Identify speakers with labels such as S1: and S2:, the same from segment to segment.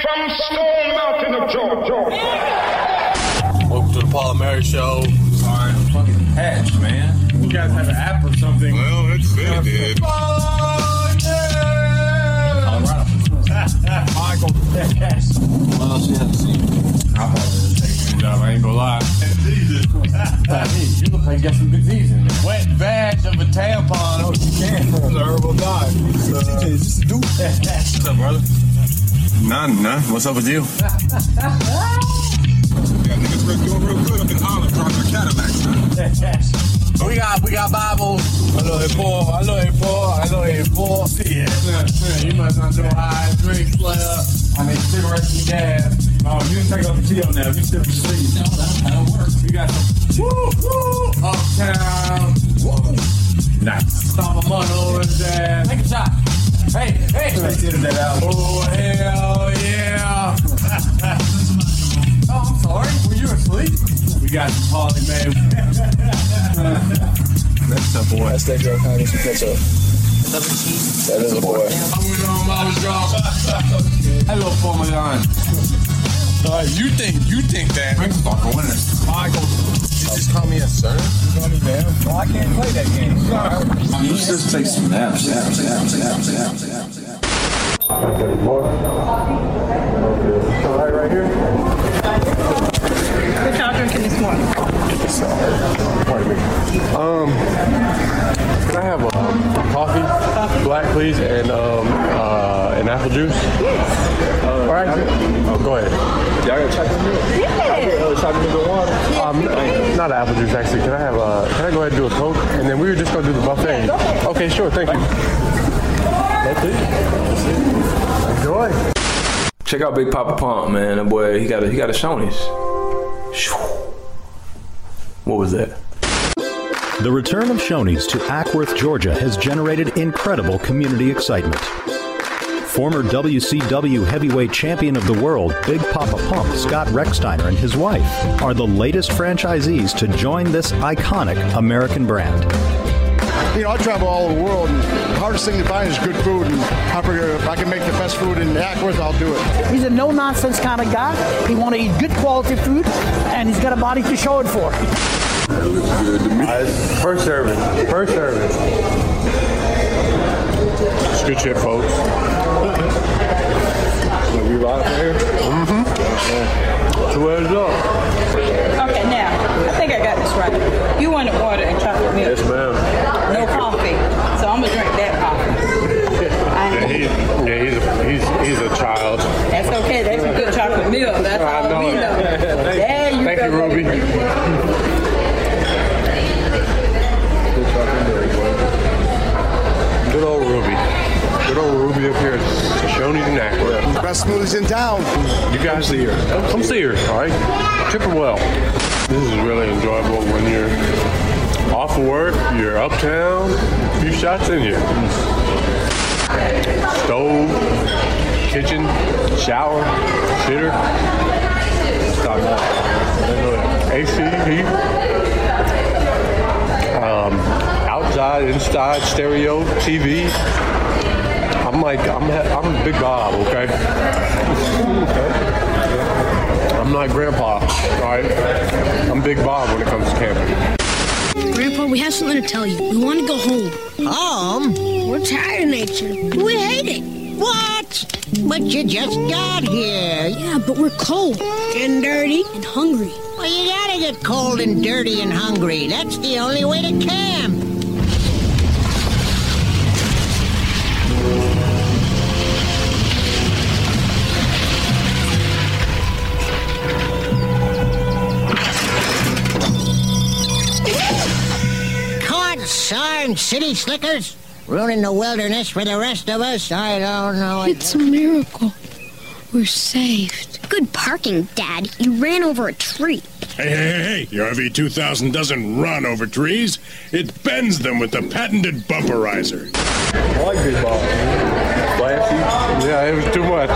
S1: from Stone Mountain of Georgia.
S2: Welcome to the Paul and Mary Show.
S3: Sorry, I'm fucking patched, man. You guys have an app or something?
S4: Well, that's it, dude.
S3: Oh, yeah. Michael. Yes.
S2: Well, she hasn't seen me.
S3: I'm probably taking a job. I ain't gonna lie.
S4: Jesus.
S3: Hey, you look like you got some disease in there. Wet vag of a tampon.
S4: Oh, she can. It's a herbal dye.
S3: TJ, is this a dude?
S4: What's up, brother? None, none. What's up with you? Yeah, niggas real good, real good up in Holland, Project Cadillacs.
S2: We got, we got Bibles.
S3: I know it poor, I know it poor, I know it poor. Yeah, yeah, yeah, you must not know how I drink, player. I mean, cigarettes and gas. Oh, you can take off the key on now. You still be sleep. No, that's how it works. We got some woo, woo, uptown. Woo. Nice. Stomp a mud over his ass.
S2: Take a shot. Hey, hey.
S3: that out. Oh, hell yeah.
S2: Oh, I'm sorry. Were you asleep?
S3: We got some Harley, man.
S4: That's tough, boy.
S5: That's that girl kind of some ketchup. That is a boy.
S3: Moving on, Mama's drunk. Hello, Parmesan.
S2: Uh, you think, you think that.
S3: Bring some fucking winners. Michael.
S2: You just call me a sir?
S3: You know me, man. Well, I can't play that game. Sorry.
S4: Let's just take some naps, naps, naps, naps, naps, naps, naps.
S6: All right, right here. What y'all drinking this morning?
S4: Pardon me. Um, can I have a coffee, black, please, and um, uh, an apple juice?
S6: Yes.
S4: All right. Oh, go ahead.
S5: Y'all got chocolate milk?
S6: Yeah.
S5: Uh, chocolate milk and water?
S4: Um, not an apple juice, actually. Can I have a? Can I go ahead and do a coke? And then we were just gonna do the buffet.
S6: go ahead.
S4: Okay, sure. Thank you.
S5: That's it. That's it.
S4: Enjoy.
S7: Check out Big Papa Pump, man. That boy, he got a he got a Shoney's. Shoo. What was that?
S8: The return of Shoney's to Ackworth, Georgia has generated incredible community excitement. Former WCW heavyweight champion of the world, Big Papa Pump Scott Recksteiner and his wife are the latest franchisees to join this iconic American brand.
S9: You know, I travel all over the world, and the hardest thing to find is good food. And I figure if I can make the best food in Ackworth, I'll do it.
S10: He's a no nonsense kind of guy. He want to eat good quality food, and he's got a body to show it for.
S4: That looks good to me.
S3: First service. First service.
S4: It's good shit, folks. we live here.
S3: Two heads up.
S6: Okay, now, I think I got this right. You wanted water and chocolate milk.
S4: Yes, ma'am.
S6: No coffee. So I'm gonna drink that coffee. I,
S4: Yeah, he, yeah he's, a, he's, he's a child.
S6: that's okay. That's a good chocolate milk. That's
S4: I
S6: all we
S4: know it.
S6: know. There you
S4: Thank
S6: go.
S4: you, Ruby. Good old Ruby. Good old Ruby up here at Shoney's and Ackworth.
S9: Best smoothies in town.
S4: You guys see her. Come see her, all right? Tip her well. This is really enjoyable when you're off of work, you're uptown, a few shots in you. Stove, kitchen, shower, shitter. Stop that. AC, heat. Um, outside, inside, stereo, TV. I'm like, I'm, I'm Big Bob, okay? I'm not grandpa, all right? I'm Big Bob when it comes to camping.
S11: Grandpa, we have something to tell you. We want to go home. Home? We're tired of nature. We hate it. What? But you just got here. Yeah, but we're cold. And dirty. And hungry. Well, you gotta get cold and dirty and hungry. That's the only way to camp. Cod Sarn City Slickers? Ruining the wilderness for the rest of us? I don't know.
S12: It's a miracle. We're saved.
S11: good parking, Dad. You ran over a tree.
S4: Hey, hey, hey, hey! Your RV2000 doesn't run over trees. It bends them with the patented bumperizer.
S3: I like Big Bob. Classy.
S4: Yeah, it was too much.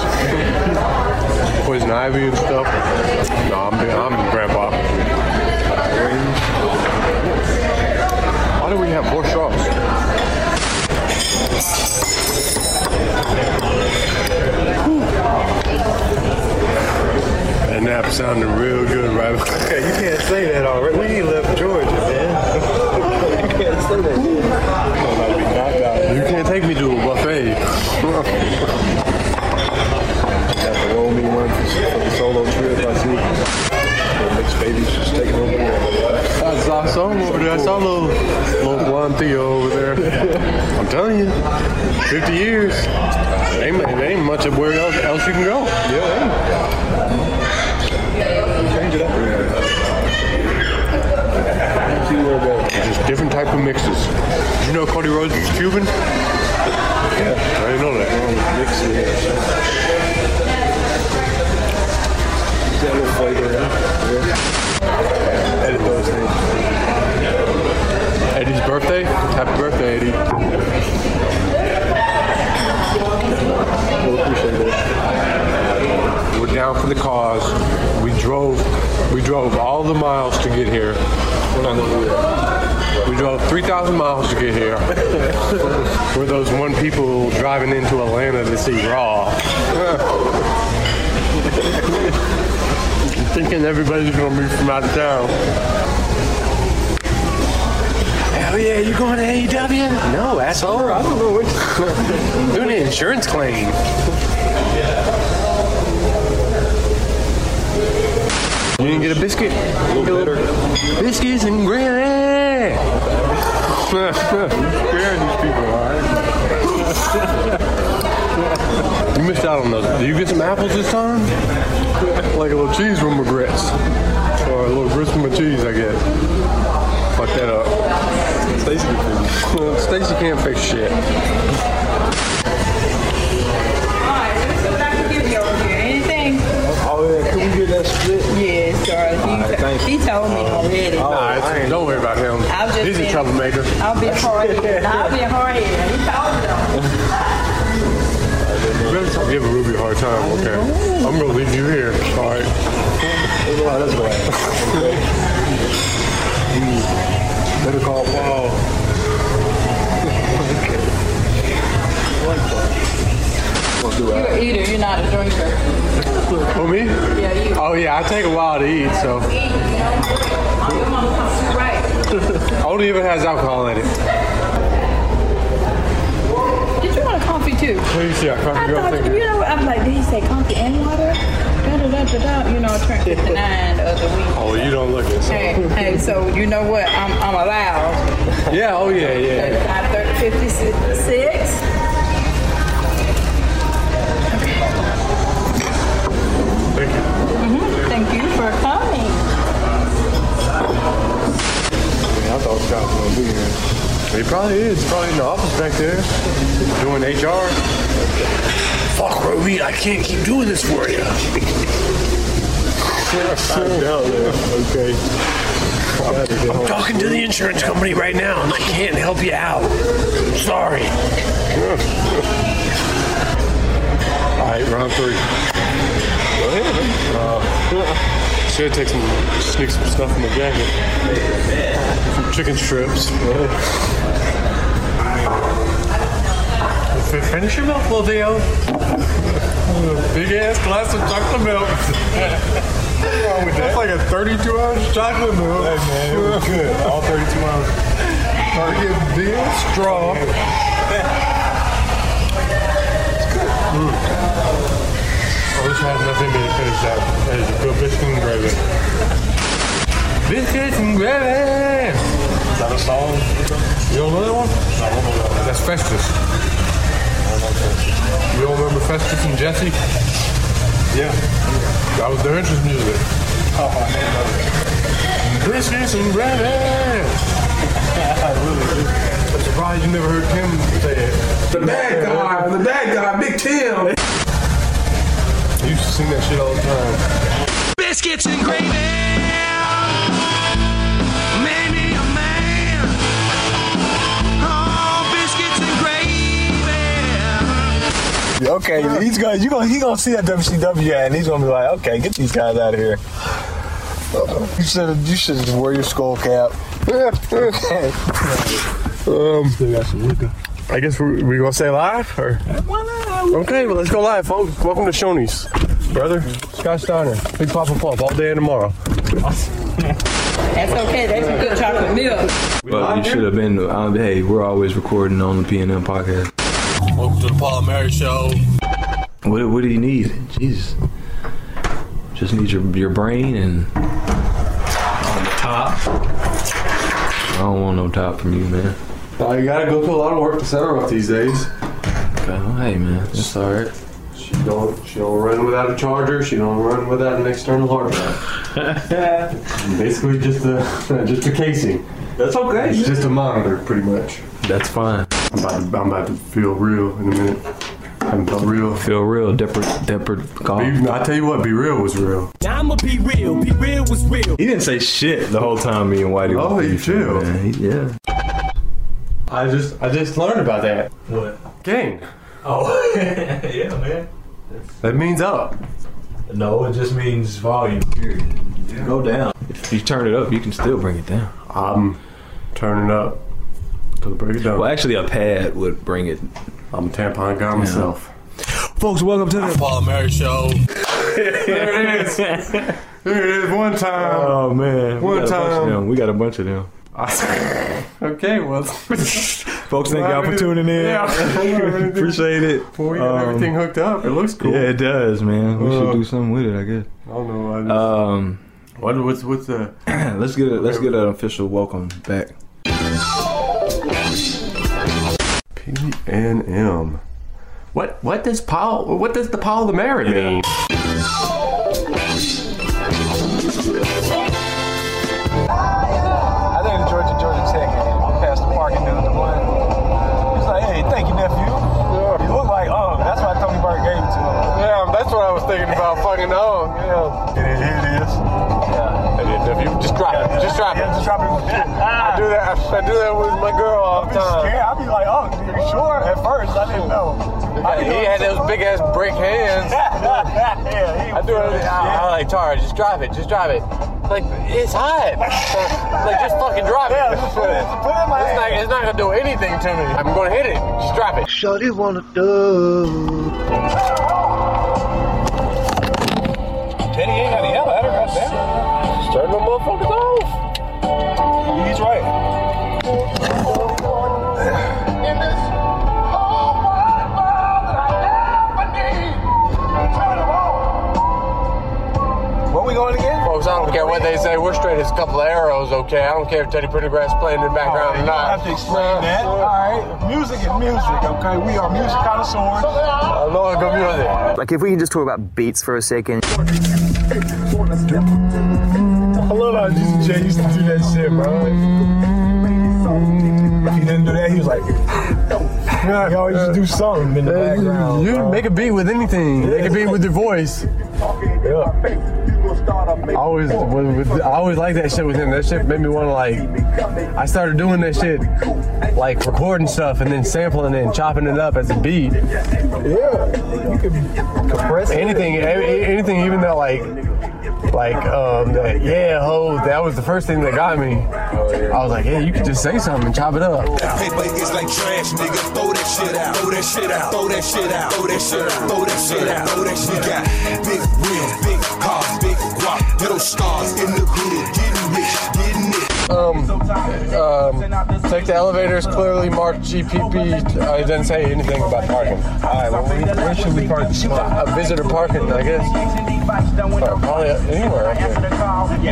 S4: Poison ivy and stuff. No, I'm, Big- I'm grandpa. Why do we have more shots? rap sounded real good right
S13: Hey, you can't say that already. We ain't left Georgia, man. you can't say that.
S4: You can't take me to a buffet.
S13: Got the roll me one for, for the solo trip. I see. Little mixed babies just taking over there.
S4: I saw, I saw him over there. I saw little, little Juan Theo over there. I'm telling you, 50 years. There ain't, there ain't much of where else, else you can go.
S13: Change it up. See where it goes.
S4: Just different type of mixes. Did you know Cody Rhodes is Cuban? Yeah. I didn't know that.
S13: Mix it here. See that little flavor in it? Yeah. Edit those things.
S4: Eddie's birthday? Happy birthday, Eddie.
S13: We'll appreciate it.
S4: We're down for the cause. We drove, we drove all the miles to get here. We drove 3,000 miles to get here. We're those one people driving into Atlanta to see Raw. Thinking everybody's gonna be from out of town. Hell yeah, you going to E AEW? No, asshole. I don't know what. Doing an insurance claim. You didn't get a biscuit? A little bitter. Biscuits and gravy. Scaring these people, alright? you missed out on those. Did you get some apples this time? Like a little cheese with my grits. Or a little grits with my cheese, I guess. Fuck that up. Stacy can fix it. Stacy can't fix shit.
S6: Alright, let's see what I can give you over here. Anything?
S13: Oh, yeah. Can we get that split?
S6: Yeah, sorry. He, he told me
S13: Uh,
S6: already.
S4: Nah, it's, don't worry about him.
S6: I've just
S4: He's a
S6: been-
S4: troublemaker.
S6: I'll be hard headed. I'll be hard headed. He told me.
S4: Really stop giving Ruby a hard time, okay? I'm gonna leave you here. All right.
S13: Oh, that's right. Better call Paul. What's the
S6: You're an eater, you're not a drinker.
S4: Oh me? Yeah, you. Oh yeah, I take a while to eat, so Old even has alcohol in it.
S6: Did you want a coffee too?
S4: Please, yeah, coffee
S6: I
S4: girl,
S6: thought,
S4: thank
S6: you
S4: you.
S6: know, I'm like, did he say coffee and water? Da, da, da, da, da. You know, I turned 59 the other week.
S4: Oh, you don't look it. so-
S6: Hey, hey, so you know what? I'm, I'm allowed.
S4: Yeah, oh yeah, yeah. yeah.
S6: I'm 30, 56.
S4: Thank you.
S6: Mhm. Thank you for coming.
S4: I thought Scott was gonna be here. He probably is. He's probably in the office back there doing HR. Fuck, Ruby, I can't keep doing this for you.
S13: Okay.
S4: I'm talking to the insurance company right now, and I can't help you out. Sorry. All right, round three. Go ahead. Uh, should take some, sneak some stuff in my jacket. Some chicken strips. F- Finish your milk, little Theo. uh, Big ass glass of chocolate milk.
S3: That's like a 32 ounce chocolate milk. Hey man, it was good. All 32 ounces. Target beer straw.
S4: Oh, this has nothing to finish that. That is a good biscuit and gravy. Biscuits and gravy! Is that a song? You don't know that one? I don't know that one. That's Festus. You don't remember Festus and Jesse? Yeah. That was their entrance music. Oh, I didn't know that. Biscuits and gravy! I really do. I'm surprised you never heard Tim say it. The bad guy, the bad guy, Big Tim! You used to sing that shit all the time.
S14: Biscuits and gravy. Many a man. Oh, biscuits and gravy.
S13: Okay, he's gonna you gonna he gonna see that WCW ad and he's gonna be like, okay, get these guys out of here. You should you should just wear your skull cap.
S4: Um, I guess we're, we gonna say live or? Okay, well let's go live, folks. Welcome to Shoney's. Brother, Scott Steiner, Big Papa Pump all day and tomorrow.
S6: That's okay. That's some good chocolate milk.
S7: But you should have been. Uh, hey, we're always recording on the PNM podcast.
S2: Welcome to the Paul and Mary Show.
S7: What, what do you need? Jesus. Just need your, your brain and on the top. I don't want no top from you, man.
S4: Oh, you gotta go through a lot of work to set her up these days.
S7: Oh, hey, man, that's all right.
S4: She don't she don't run without a charger. She don't run without an external hard drive. Basically, just a just a casing. That's okay. It's just a monitor, pretty much.
S7: That's fine.
S4: I'm about, to, I'm about to feel real in a minute. I'm about real.
S7: Feel real. Depper, Depper, golf.
S4: I tell you what, be real was real.
S14: Now I'ma be real. Be real was real.
S7: He didn't say shit the whole time me and Whitey.
S4: Oh, you chill.
S7: Man, he- yeah.
S4: I just I just learned about that.
S7: What?
S4: Gain.
S7: Oh, yeah, man.
S4: That means up.
S7: No, it just means volume. Period. Go down. If you turn it up, you can still bring it down.
S4: I'm turning up to the break it down.
S7: Well, actually, a pad would bring it.
S4: I'm tampon guy myself.
S7: Folks, welcome to the
S2: Paul and Mary Show. there it is. There it is. One time.
S7: Oh man,
S4: One
S7: we got a bunch
S4: time.
S7: of them. We got a bunch of them.
S4: okay, well.
S7: Folks, thank y'all for tuning in.
S4: Yeah.
S7: Appreciate it.
S4: Well, we got
S7: Um,
S4: everything hooked up. It looks cool. Uh.
S7: Yeah, it does, man. We should do something with it, I guess.
S4: I don't know. I just,
S7: Um,
S4: Uh, what, what's what's the?
S7: let's get a, let's get an official welcome back.
S4: P and M. What what does Paul what does the Paul the Mary mean?
S13: I think the Georgia Georgia Tech. I passed the parking dude the one. He's like, hey, thank you, nephew. You look like um. That's why Tony Bart gave you to him.
S2: Yeah, that's what I was thinking about. Fucking oh, yeah.
S13: It is. It is. Yeah.
S2: It is, if you- Just drop it. Just drop
S13: Yeah,
S2: it.
S13: just drop it.
S2: I do that. I do that with my girl all the time.
S13: Yeah, I'd be like, oh, you sure? At first, I didn't know. I didn't
S2: He
S13: know-
S2: had those big ass brick hands.
S13: yeah, he
S2: I do it. I- I'm like, Tara, just drive it. Just drive it. Like, it's hot. like, just fucking drive it.
S13: put it- put it in my
S2: it's, not,
S13: hand.
S2: it's not gonna do anything to me. I'm gonna hit it. Just drop it.
S15: Shorty wanna do.
S13: Teddy ain't got to yell at her, goddamn. Just turn the motherfuckers off. He's right. Where we going again?
S2: Folks, I don't care what they say. We're straight as a couple of arrows, okay? I don't care if Teddy Prettygrass playing in the background or
S13: You don't
S2: not.
S13: have to explain that. All right. Music is music, okay? We are music
S2: I
S13: connoisseurs.
S4: Oh,
S2: know I got music.
S16: Like if we can just talk about beats for a second.
S13: I love how Juicy J used to do that shit, bro. Like, he didn't do that. He was like, he always just do something in the background.
S4: You
S13: bro.
S4: make a beat with anything. Make a beat with your voice.
S13: Yeah.
S4: I always with, with, I always like that shit with him. That shit made me want to like. I started doing that shit, like recording stuff and then sampling it and chopping it up as a beat.
S13: Yeah. You can compress it.
S4: Anything, a- a- anything, even that like. Like um, that, yeah, ho, that was the first thing that got me.
S2: Oh,
S4: I was like, yeah, you could just say something and chop it up.
S17: Paper is like trash, nigga. Throw that shit out. Throw that shit out. Throw that shit out. Throw that shit out. Throw that shit out. Throw that shit out. Big wheel, big cars, big guap, little stars in the hood, getting rich, getting it.
S4: Um, um, take the elevators clearly marked GPP. Uh, it doesn't say anything about parking. All right, well, where, where should we park? A visitor parking, I guess. Or probably anywhere up here.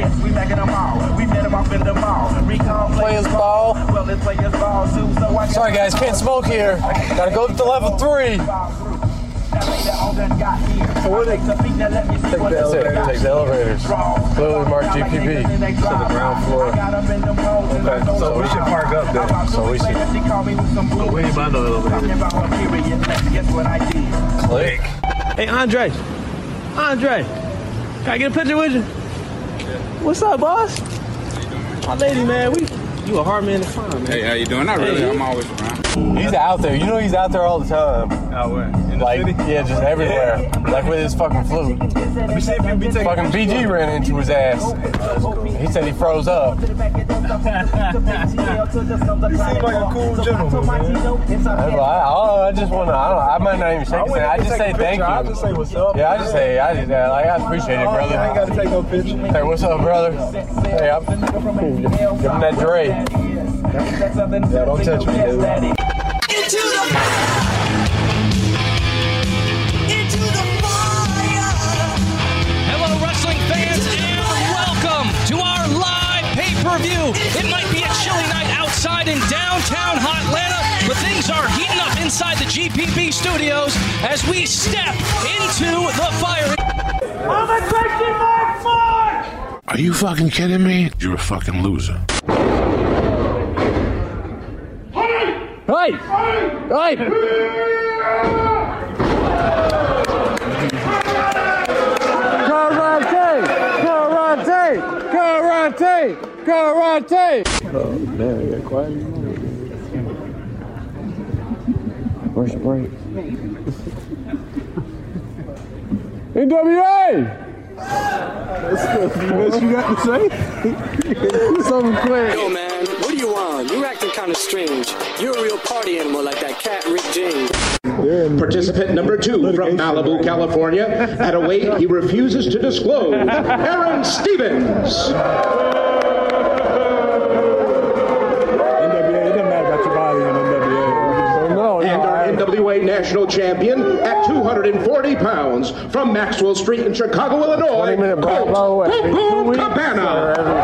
S18: Yes, we back in the mall. We met him up in the mall. Recall players ball. Well, it's players ball too. So I
S4: Sorry, guys, can't smoke here. Gotta go to level three.
S18: So what they take the
S4: That's it. Take the elevators. Clearly marked GPP. To the ground floor. Okay, so we should park up there. So we should.
S18: We ain't by the elevator. Guess what I did?
S4: Click.
S19: Hey, Andre. Andre. Can I get a picture with you? What's up, boss? My lady, man. We, you a hard man to find, man.
S20: Hey, how you doing? Not really. I'm always around.
S4: He's out there. You know he's out there all the time.
S20: Out where?
S4: like, yeah, just everywhere. Like with his fucking flute. Fucking BG ran into his ass. He said he froze up.
S21: You seem like a cool gentleman, man.
S4: I, was like, I, don't know, I just want to. I, don't- I might not even shake his hand. I just say thank you.
S22: I just say what's up.
S4: Yeah, I just say, I just uh, like, I appreciate
S13: Oh,
S4: it, brother. I ain't gotta take no picture. Hey, what's up, brother? Hey, I'm give him that Dre. Yeah, don't touch me, dude.
S23: Into the Into the
S3: Hello, wrestling fans, and welcome to our live pay per view. It might be a chilly night outside in downtown Hotlanta, but things are heating up inside the GPB studios as we step into the fire. I'm a question mark
S11: Are you fucking kidding me? You're a fucking loser.
S3: Hey! Hey!
S1: Karate! Karate! Karate! Karate! Oh, man, I got quiet.
S24: Where's the break?
S1: NWA! That's the best you got to say? Something quick.
S25: Yo, man, what do you want? You're acting kind of strange. You're a real party animal like that cat Rick James.
S26: Participant number two from Malibu, California, at a weight he refuses to disclose, Aaron Stevens.
S1: NWA, it doesn't matter about your body in NWA. no,
S26: And our NWA national champion at 240 pounds from Maxwell Street in Chicago, Illinois, Colt Boom Boom Cabana.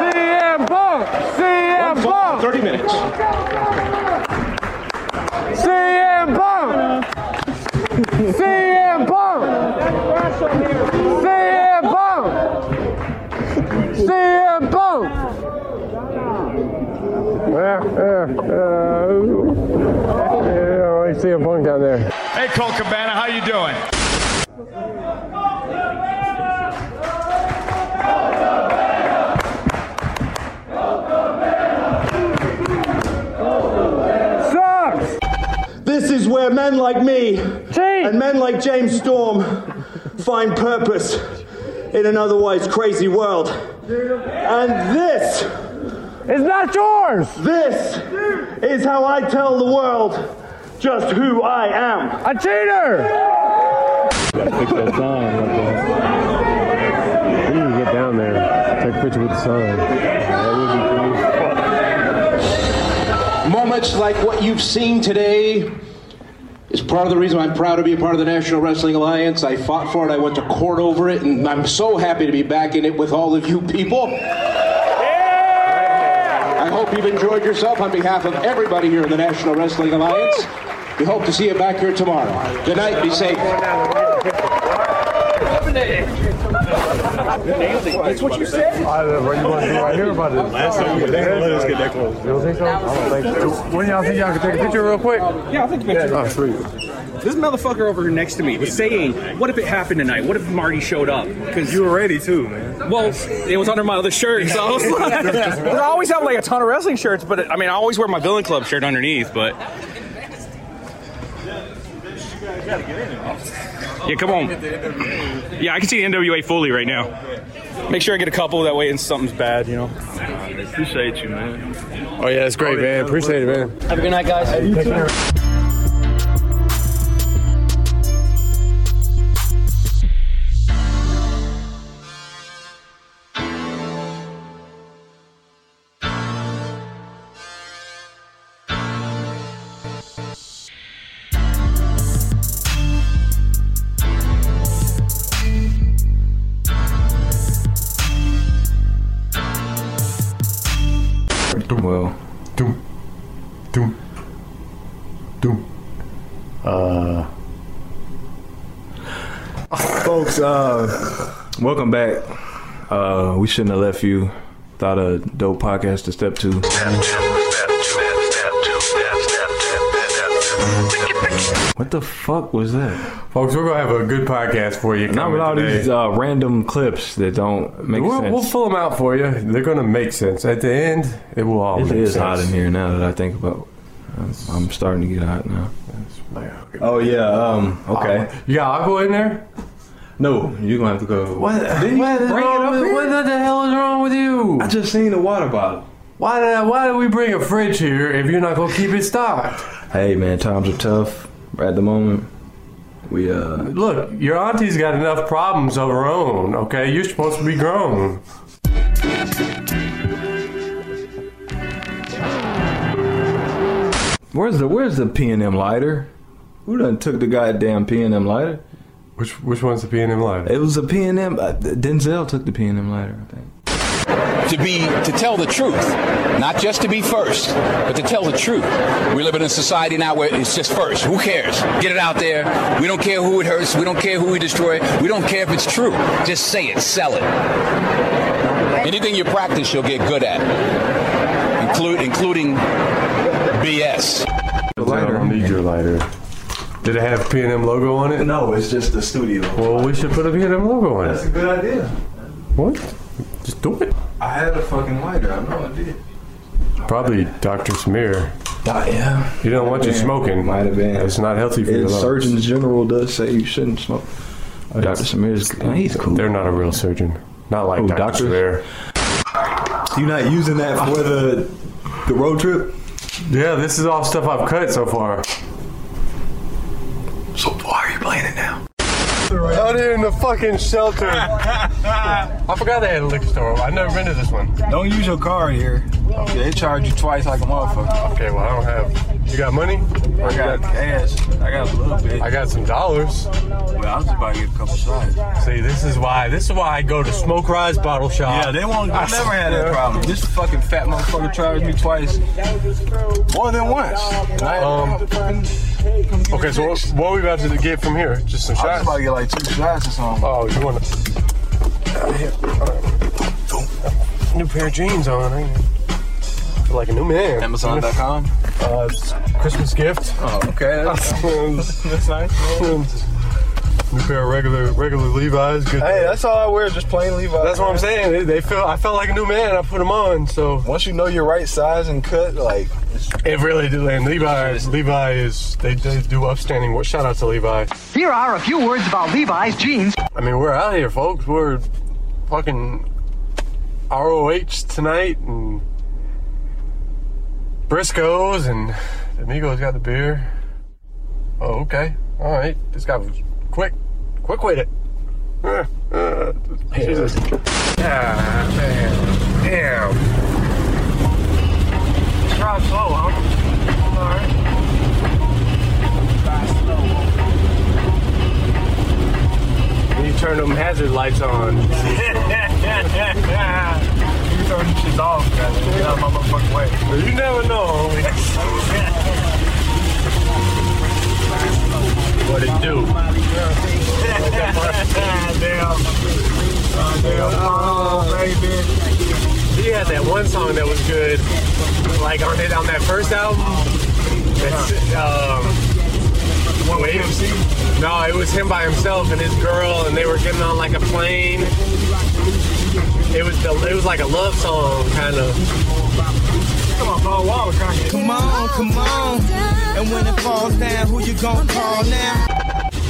S1: CM Punk! CM Punk!
S26: 30 minutes.
S1: CM Punk! CM Punk! CM Punk! CM Punk! Yeah, yeah, yeah. Yeah, I see a punk down there.
S27: Hey, Cole Cabana, how you doing?
S1: Sucks!
S28: This is where men like me and men like James Storm find purpose in an otherwise crazy world. And this is not yours. This is how I tell the world just who I am. A cheater.
S1: Gotta pick that sign up there. We need to get down there. Take a picture with the sign.
S26: Moments like what you've seen today is part of the reason I'm proud to be a part of the National Wrestling Alliance. I fought for it, I went to court over it, and I'm so happy to be back in it with all of you people. I hope you've enjoyed yourself on behalf of everybody here in the National Wrestling Alliance. We hope to see you back here tomorrow. Good night, be safe.
S1: That's what you said. I don't know what you want to do right here about it. Last time we let us get that close. You don't think so? I don't think so. When y'all think y'all can take a picture real quick?
S29: Yeah, I'll take a picture.
S7: Oh,
S29: This motherfucker over here next to me was saying, "What if it happened tonight? What if Marty showed up?" Because you were ready too, man. Well, it was under my other shirt, so I was like, 'Cause I always have like a ton of wrestling shirts, but I mean, I always wear my Villain Club shirt underneath. But yeah, come on. Yeah, I can see the NWA fully right now. Make sure I get a couple that way, and something's bad, you know. Appreciate you, man.
S1: Oh, yeah, that's great, man. Appreciate it, man.
S29: Have a good night, guys.
S7: Well, doom, doom, doom. Uh, folks, uh, welcome back. Uh, we shouldn't have left you. Thought a dope podcast to step to. What the fuck was that?
S4: Folks, we're gonna have a good podcast for you.
S7: Not with all
S4: coming
S7: these
S4: today.
S7: uh, random clips that don't make
S4: we'll,
S7: sense.
S4: we'll fill them out for you. They're gonna make sense at the end. It will all.
S7: It
S4: make
S7: is
S4: sense.
S7: hot in here now that I think about I'm, I'm starting to get hot now.
S4: Oh
S7: yeah. Um. Okay.
S4: You got alcohol in there?
S7: No, you're gonna have to go.
S4: What?
S7: Didn't you
S4: what is
S7: bring it
S4: wrong
S7: up
S4: with-
S7: here?
S4: What the hell is wrong with you? I
S7: just seen the water bottle.
S4: Why did I, Why did we bring a fridge here if you're not gonna keep it stocked?
S7: Hey man, times are tough. At the moment, we uh.
S4: Look, your auntie's got enough problems of her own. Okay, you're supposed to be grown.
S7: Where's the Where's the P and M lighter? Who done took the goddamn P and M lighter?
S4: Which Which one's the P and M lighter?
S7: It was a P and M. uh, Denzel took the P and M lighter, I think.
S1: to be to tell the truth, not just to be first, but to tell the truth. We live in a society now where it's just first. Who cares? Get it out there. We don't care who it hurts. We don't care who we destroy. We don't care if it's true. Just say it. Sell it. Anything you practice, you'll get good at, include including BS.
S4: I don't need your lighter. Did it have P and M logo on it?
S7: No, it's just the studio.
S4: Well, we should put a P and M logo on it.
S7: good idea.
S4: What? Just do it.
S7: I had a fucking lighter. I know I did.
S4: Probably Dr. Smear.
S7: Ah, yeah.
S4: You don't want you smoking.
S7: Might have been.
S4: It's not healthy for your
S7: And
S4: lungs.
S7: Surgeon General does say you shouldn't smoke. Dr. Samir's he's cool.
S4: They're not a real surgeon. Not like
S7: Oh,
S4: Dr.
S7: doctors?
S4: Smear.
S13: You not using that for the the road trip?
S4: Yeah, this is all stuff I've cut so far.
S7: So why are you playing it now?
S4: Out here in the fucking shelter. I forgot they had a liquor store. I've never been to this one.
S13: Don't use your car here. They charge you twice like a motherfucker.
S4: Okay, well, I don't have. You got money? Or
S13: I
S4: you
S13: got cash. I got a little bit.
S4: I got some dollars.
S13: Well, I was about to get a couple shots.
S4: See, this is why. This is why I go to Smoke Rise Bottle Shop.
S13: Yeah, they won't. I never had that
S4: Yeah.
S13: problem. This fucking fat motherfucker charged me twice, more than once. And I
S4: Um, okay, so what, what are we about to get from here? Just some
S13: I was
S4: shots?
S13: about to get like two shots or something.
S4: Oh, you want to? New pair of jeans on. I feel like a new man.
S13: Amazon.com.
S4: Uh, it's Christmas gift.
S13: Oh, okay.
S4: That's nice. New pair of regular regular Levi's. Good.
S13: Hey, that's all I wear, just plain Levi's.
S4: That's what I'm saying. They, they feel. I felt like a new man. I put them on. So
S13: Once you know your right size and cut, like
S4: it really did. And Levi's. Levi is. They, they do upstanding. work. Shout out to Levi.
S8: Here are a few words about Levi's jeans.
S4: I mean, we're out here, folks. We're fucking ROH tonight and Briscoes and Amigos got the beer. Oh, okay. All right. This guy was quick. Quick with it. Uh, uh, Jesus. Ah, man. Damn. Drive slow, huh? All right. When you turn them hazard lights on.
S13: you turn this shit off, guys. Get out of my motherfucking way.
S4: You never know, What it do?
S13: damn. damn.
S4: He had that one song that was good, like on it on that first album. That's um, what was it? No, it was him by himself and his girl, and they were getting on like a plane. It was the, it was like a love song kind of.
S13: Come on, Paul Wall,
S9: Come on, come on. And when it falls down, who you gonna call now?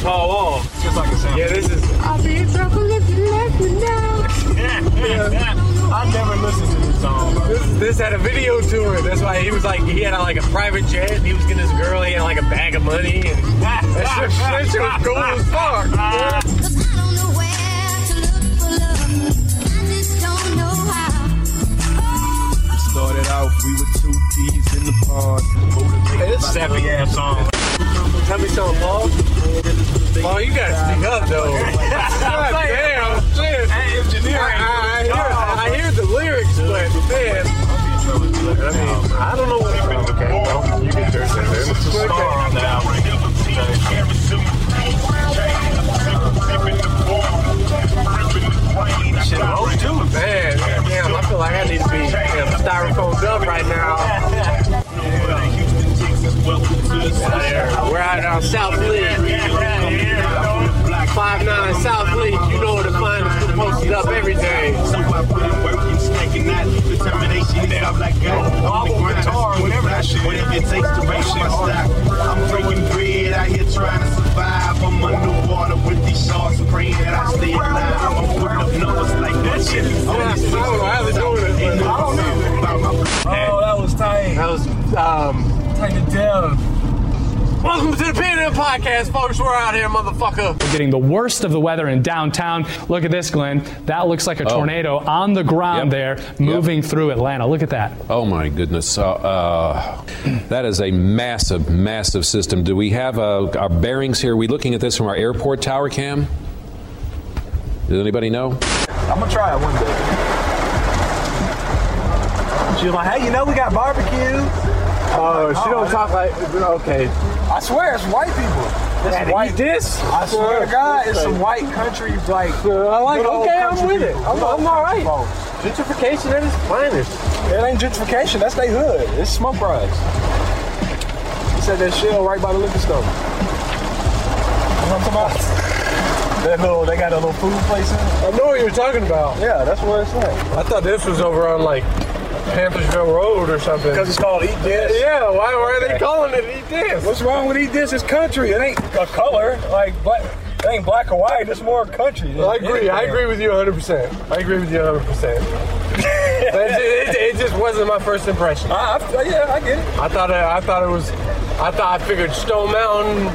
S4: Paul Wall.
S13: Just like it sounds.
S4: Yeah, this is.
S9: I'll be in trouble if you let me know.
S13: I never listened to this song. bro.
S4: This, this had a video to it. That's why he was like, he had a, like a private jet. And he was getting his girl. He had like a bag of money. And that shit, that shit was cool as fuck.
S9: We
S15: started out, we were two peas in the pod.
S4: Hey, this sappy ass song. Tell me something, Paul. Paul, you gotta speak up though. God damn, shit.
S13: Hey, engineer.
S4: I, I, hear, I hear the lyrics, but man. I mean, I don't know what happened. Okay, well, you get there, there. It's a star on that. Shit, low too, man. Damn, I feel like I need to be damn, styrofoamed up right now. Out here. We're out on South Lynn. 5'9
S3: Oh,
S4: um, Welcome to the Peanut Podcast, folks. We're out here, motherfucker.
S1: We're getting the worst of the weather in downtown. Look at this, Glenn. That looks like a
S17: Oh.
S1: tornado on the ground there, moving through Atlanta. Look at that.
S17: Oh my goodness! Uh, uh, that is a massive, massive system. Do we have uh, our bearings here? Are we looking at this from our airport tower cam? Does anybody know?
S3: I'm gonna try it one day. She's like, hey, you know we got barbecue.
S4: Oh, she don't talk like. Okay.
S3: I swear it's white people.
S4: It's white-
S3: this. I swear to God, it's some white country like. I
S4: like, okay, I'm with it. I'm- I'm all right. Gentrification, that is planners.
S3: It ain't gentrification. That's they hood. It's smoke rise. He said that shell right by the liquor store. You know what I'm talking about? That little, they got a little food place in. I know what you're talking about. Yeah, that's where it's at.
S4: I thought this was over on like Panthersville Road or something.
S3: Because it's called Eat This.
S4: Yeah, why, why are they
S3: Okay.
S4: calling it Eat This?
S3: What's wrong with eat this? It's country. It ain't a color. Like black. It ain't black or white. It's more country. than
S4: I agree. I
S3: anything.
S4: agree with you 100%. I agree with you 100%. But it, it- it just wasn't my first impression.
S3: I, I, yeah, I get it.
S4: I thought it, I thought it was. I thought I figured Stone Mountain.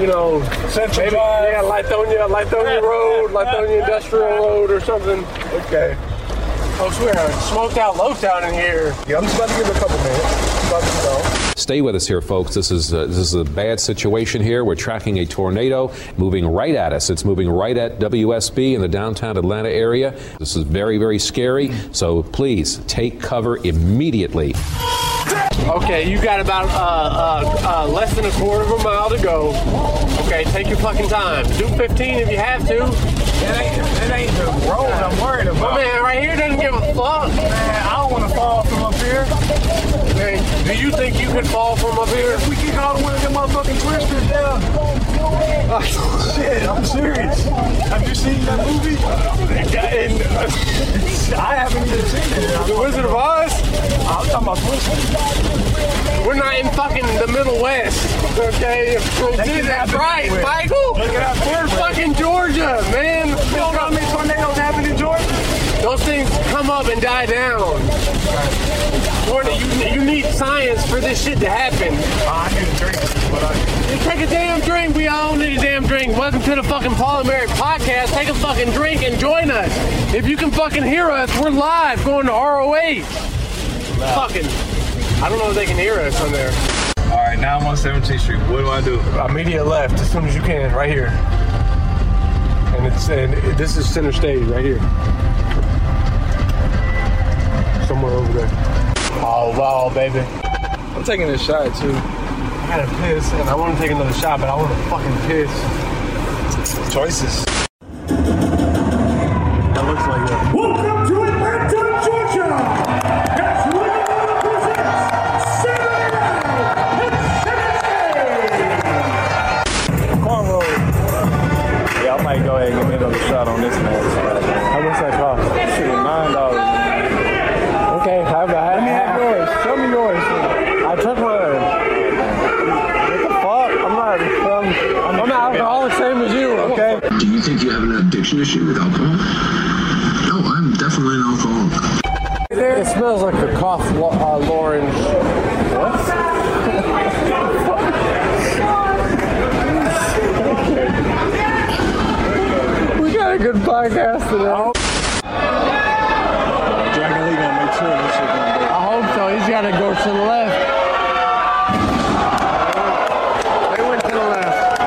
S4: You know,
S3: Central
S4: maybe,
S3: Drive.
S4: Yeah, Lithonia, Lithonia Road, Lithonia Industrial Road, or something.
S3: Okay.
S4: Folks, we are smoked out, low down in here.
S3: Yeah, I'm just about to give it a couple minutes. About to go.
S17: Stay with us here, folks. This is a, this is a bad situation here. We're tracking a tornado moving right at us. It's moving right at WSB in the downtown Atlanta area. This is very very scary. So please take cover immediately.
S4: Okay, you got about uh, uh, uh, less than a quarter of a mile to go. Okay, take your fucking time. Do 15 if you have to.
S3: It ain't, it ain't the road I'm worried about.
S4: My man right here doesn't give a fuck.
S3: Man, I don't want to fall from up here.
S4: Okay, do you think you could fall from up here?
S3: If we get all the way to them motherfucking twisters down. shit, I'm serious. Have you seen that movie? I haven't even seen it.
S4: The Wizard of Oz?
S3: I'm talking about twisters.
S4: We're not in fucking the Middle West. Okay, did that right, Michael.
S3: Look at how
S4: We're fucking Georgia, man. You know how many tornadoes happen in Georgia? Those things come up and die down. Gordon, you, you need science for this shit to happen.
S3: I can drink, but I.
S4: You take a damn drink. We all need a damn drink. Welcome to the fucking Paul and Mary podcast. Take a fucking drink and join us. If you can fucking hear us, we're live going to ROH. Fucking. I don't know if they can hear us on there.
S28: All right, now I'm on 17th Street. What do I do?
S4: Immediate left as soon as you can, right here. And it's and it- this is center stage right here. Somewhere over there. Oh wow, baby.
S3: I'm taking a shot too.
S4: I gotta piss and I wanna take another shot, but I wanna fucking piss.
S3: Choices.
S4: That looks like it.
S28: Welcome to Atlanta, Georgia. That's Lego presents
S3: Cornrow. Yeah, I might go ahead and give me another shot on this man. How much that cost? Shit, nine dollars. Okay, how about? Let me have yours. Show me yours. I took mine. What the fuck? I'm not. Um, I'm, I'm an alcoholic, same as you. Okay.
S30: Do you think you have an addiction issue with alcohol? No, I'm definitely an alcoholic.
S4: It smells like a cough lo- uh, orange.
S3: We got a good podcast today. Dragon Lee gonna make sure this shit gonna be.
S4: I hope so. He's gotta go to the left. They went to the left.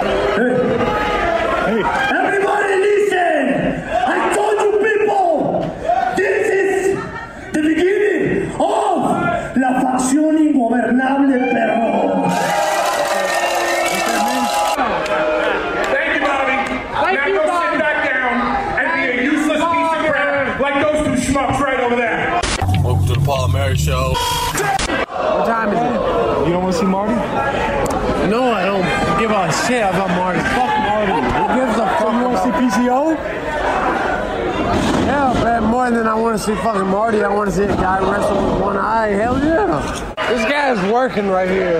S28: Everybody listen! I told you people! This is the beginning of La Facción Ingobernable Perro! Thank you, Bobby.
S4: Thank
S28: now
S4: you,
S28: go
S4: Bobby.
S28: sit back down and be a useless piece of crap like those two schmucks right over there.
S4: Welcome to the Paul and Mary Show. What time is it?
S3: You don't want to see Marty?
S4: No, I don't give a shit about Marty. Fuck Marty. Who gives a fuck? You want to see PCO? Yeah, man, more than I want to see fucking Marty, I want to see a guy wrestle with one eye. Hell yeah. This guy's working right here.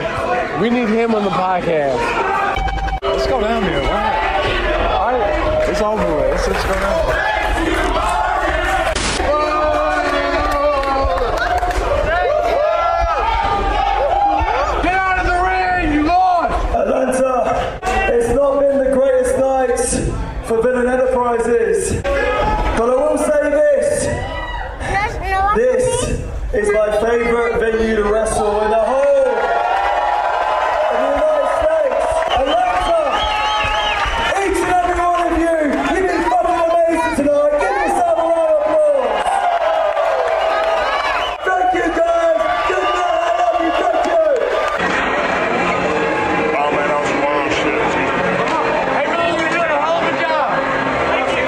S4: We need him on the podcast.
S3: Let's go down there. Why not? All right, it's over with. Let's, let's go down.
S4: Get out of the ring, you lost!
S31: prize is. But I will say this. This is my favorite venue to wrestle in the whole of the United States. Alexa, each and every one of you, you've been fucking amazing tonight. Give yourself a round of applause. Thank you guys. Good night. I love you. Thank you.
S32: Oh man, I was wrong shit. Hey, really, you're doing a hell of a job. Thank you.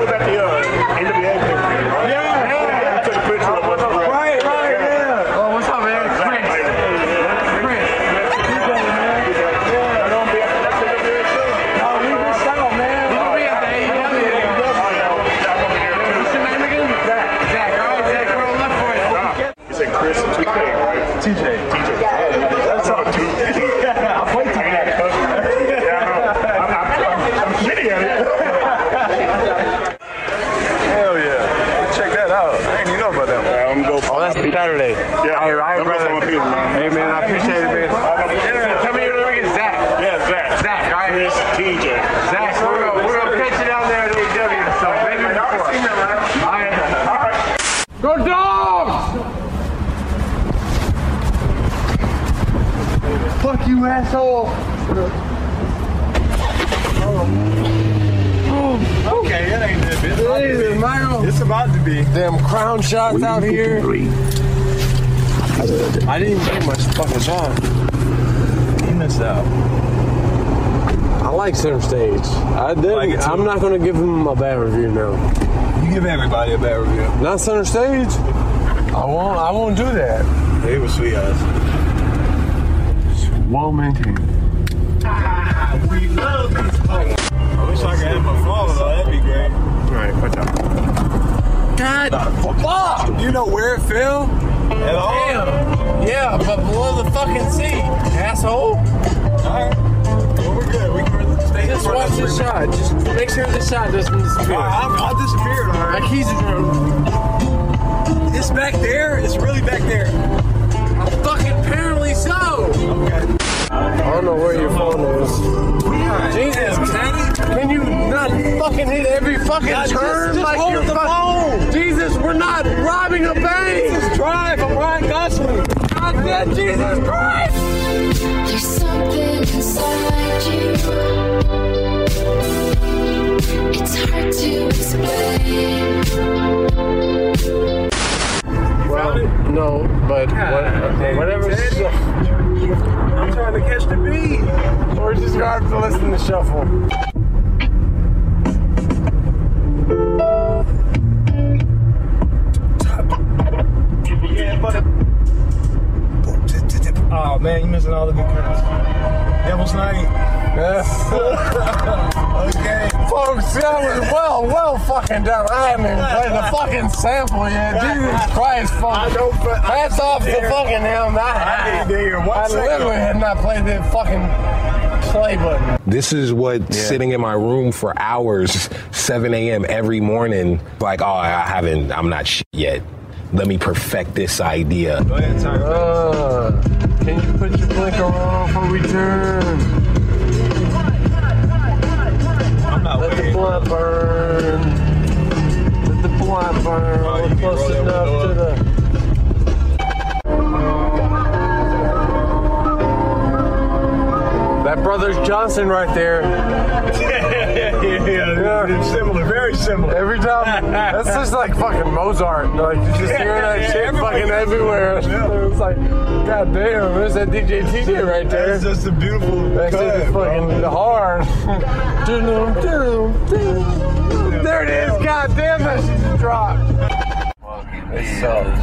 S32: Oh, that dude was all over. Hey, I saw, I saw you on TV. I saw on TV, man. You're doing a hell of a job. Yeah, I was at the uh, NWA picture. Yeah, yeah. I took a picture of us. Right, right, yeah. Oh, what's up, man? Chris. Chris. Keep going, man. Yeah. I don't be at the NWA soon. No, we missed out, man. You don't be at the It's a Chris and TJ, right? TJ. TJ. That's how dude. Yeah, I play TJ. Yeah, I know. I'm, I'm, I'm, I'm shitty at it. Hell yeah. Check that out. I didn't even know about that one. I'm go oh, that's Saturday. Yeah. All right, I'm brother. Go for my people, man. Hey, man, I appreciate it, man. Tell me your name again. Zach. Yeah, Zach. Zach, all right. Chris TJ. Zach, we're going we're gonna catch you down there at AW. So maybe before. All right. All right. Go dogs!
S4: Fuck you, asshole.
S3: Okay, it ain't that big.
S4: Jesus, Michael.
S3: It's about to be.
S4: Damn crown shots out here.
S3: I didn't even get much fucking time. He missed out.
S33: I like center stage. I did.
S3: Like it too.
S33: I'm not going to give him a bad review now.
S3: You give everybody a bad review.
S33: Not center stage. I won't. I won't do that.
S3: They were sweet ass.
S33: Well maintained.
S3: We love these folks. I wish I could have my phone though. That'd be great.
S33: Right. What's up?
S3: God, fuck! You know where it fell? At all?
S4: Yeah, but below the fucking seat, asshole.
S3: Alright. Well, we're good. We can stay
S4: Just
S3: here for
S4: watch
S3: another
S4: this
S3: three
S4: shot. Just make sure this shot doesn't disappear.
S3: I, I disappeared, alright?
S4: My keys are
S3: It's back there. It's really back there.
S4: fucking apparently so.
S33: I don't know where your phone is.
S4: Jesus, Kenny, can you not fucking hit every fucking
S3: God, just-
S4: turn
S3: just
S4: like
S3: hold
S4: you're
S3: the
S4: fucking-
S3: phone.
S4: Jesus, we're not robbing a bank. Jesus, drive. I'm Ryan Gosling. God damn, Jesus Christ.
S1: There's something inside you. It's hard to explain.
S33: Well, no, but what, uh, whatever.
S3: I'm trying to catch the beat.
S33: We're just gonna have to listen to shuffle.
S3: Yeah, but. Oh man, you missing all the good girls. Devil's Night. okay.
S4: Folks, that was well, well fucking done. I haven't even played the fucking sample yet. Jesus Christ, folks.
S3: I don't put- I
S4: Hats
S3: didn't
S4: off to
S3: dare.
S4: fucking him.
S3: I
S4: I,
S3: didn't dare. One
S4: I
S3: second.
S4: literally had not played the fucking play button.
S17: This is what sitting in my room for hours, 7 a.m. every morning, like, oh, I haven't, I'm not shit yet. Let me perfect this idea.
S3: Go ahead, time.
S4: Uh, can you put your blinker on before we turn?
S3: I'm not
S4: Let the
S3: waiting.
S4: blunt burn. Let the blunt burn.
S3: Oh, you
S4: We're
S3: can
S4: close
S3: roll that
S4: enough to
S3: window
S4: the. That brother's Johnson right there.
S3: yeah, It's similar, very similar.
S4: Every time, that's just like fucking Mozart. Like you just hear that
S3: Yeah,
S4: shit
S3: everywhere.
S4: fucking everywhere.
S3: Yeah.
S4: It's like, god damn, there's that DJ TJ right there.
S3: That's just a beautiful
S4: That shit
S3: cut,
S4: is
S3: bro.
S4: fucking hard. Doo-doo, doo-doo, doo-doo. there it is. God damn, that shit just dropped.
S7: It sucks.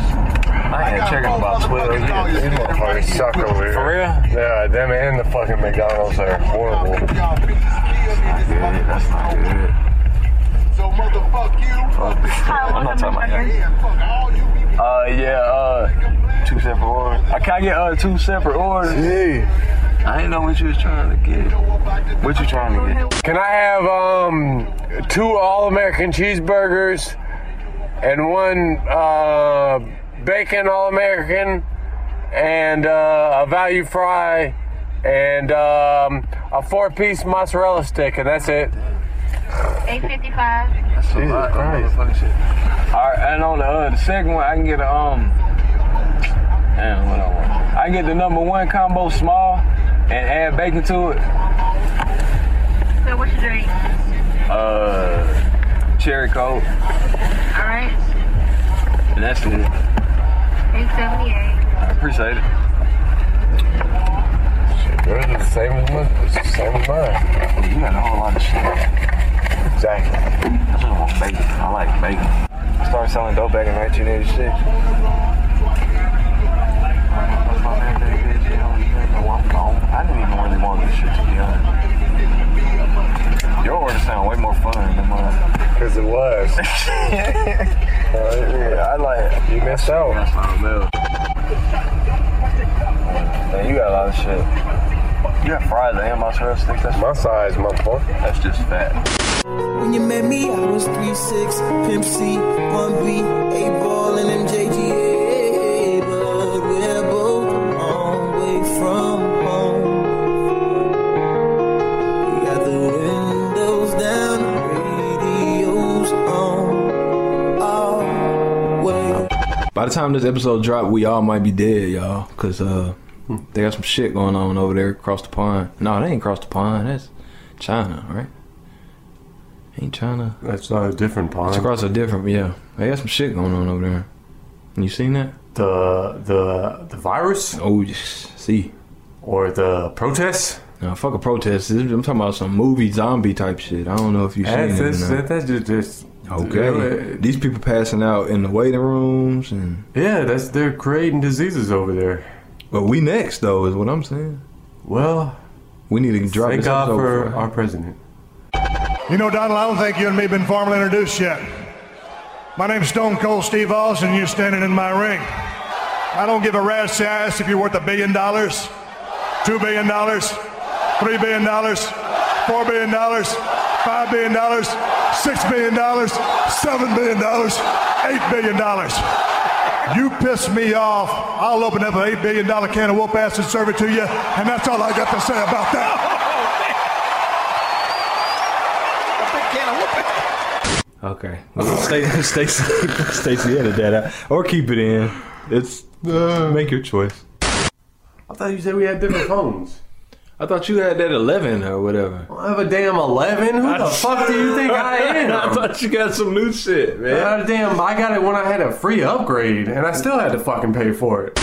S7: I ain't checking about 12 years. These motherfuckers suck over here. For real? Yeah, them and the fucking McDonald's are horrible. That's not good. So motherfuck you. I'm not talking about that. Uh, yeah, uh, two separate orders. I can't get uh, two separate orders. Yeah. I didn't know what you was trying to get. What you trying to get?
S4: Can I have um two all American cheeseburgers and one uh bacon all American
S11: and uh, a value fry and um, a four piece mozzarella stick, and that's it.
S34: 855.
S11: That's a lot. Funny shit.
S35: All right, and on the, uh, the second one, I can get a, um, damn, what I want. I can get the number one combo small and add bacon to it.
S34: So what's your drink?
S35: Uh, cherry
S34: All
S35: coke,
S34: right.
S35: and that's it.
S34: 878.
S35: I appreciate it.
S11: Yours is the same as mine. It's the same as mine. You got a whole lot of shit.
S35: Exactly. I just want bacon. I like bacon. I started selling dope back in 1986. I didn't even really want this shit to be honest. Your order sound way more fun than mine. Cause it was. Oh, yeah, I like. You missed out. That's not milk. Man, you got a lot of shit. You got fries and mozzarella sticks. That's my size, my boy. That's just fat.
S1: When you met me, I was 3'6, Pimp C, 1B, 8 ball, and MJGA. But we're both a long way from home. We got the windows down, radios on, all way.
S7: By the time this episode drop, we all might be dead, y'all, because uh, they got some shit going on over there across the pond. No, they ain't across the pond. That's China, right? Ain't China.
S18: That's not a different pond.
S7: It's across a different. Yeah, they got some shit going on over there. You seen that?
S18: The the the virus?
S7: Oh, yes. see.
S18: Or the protests?
S7: No, fuck a protest. This- I'm talking about some movie zombie type shit. I don't know if you seen
S18: That's,
S7: it. or
S18: that's,
S7: not.
S18: that's just, just
S7: Okay. These people passing out in the waiting rooms and
S18: Yeah, that's they're creating diseases over there.
S7: But we next though is what I'm saying.
S18: Well,
S7: we need to drop
S18: thank
S7: this
S18: God
S7: episode
S18: for
S7: before-
S18: our president.
S19: You know, Donald, I don't think you and me have been formally introduced yet. My name's Stone Cold Steve Austin, and you're standing in my ring. I don't give a rat's ass if you're worth a billion dollars, two billion dollars, three billion dollars, four billion dollars, five billion dollars, six billion dollars, seven billion dollars, eight billion dollars. You piss me off, I'll open up an eight billion dollar can of whoop ass and serve it to you, and that's all I got to say about that.
S7: Okay. stay, stay, Stacy, edit that out or keep it in. It's
S18: Uh.
S7: make your choice.
S18: I thought you said we had different phones.
S7: I thought you had that 11 or whatever.
S18: I have a damn 11? Who the fuck do you think I am?
S7: I thought you got some new shit, man.
S18: God damn, I got it when I had a free upgrade, and I still had to fucking pay for it.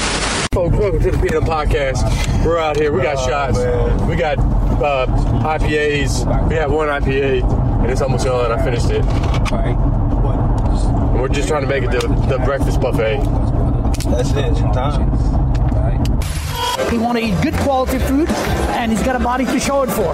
S4: Folks, Oh, welcome to the Peanut Podcast. We're out here. We got shots. We got uh, IPAs. We have one IPA, and it's almost done. I finished it. And we're just trying to make it the, the breakfast buffet.
S1: That's it, sometimes.
S36: He want to eat good quality food, and he's got a body to show it for.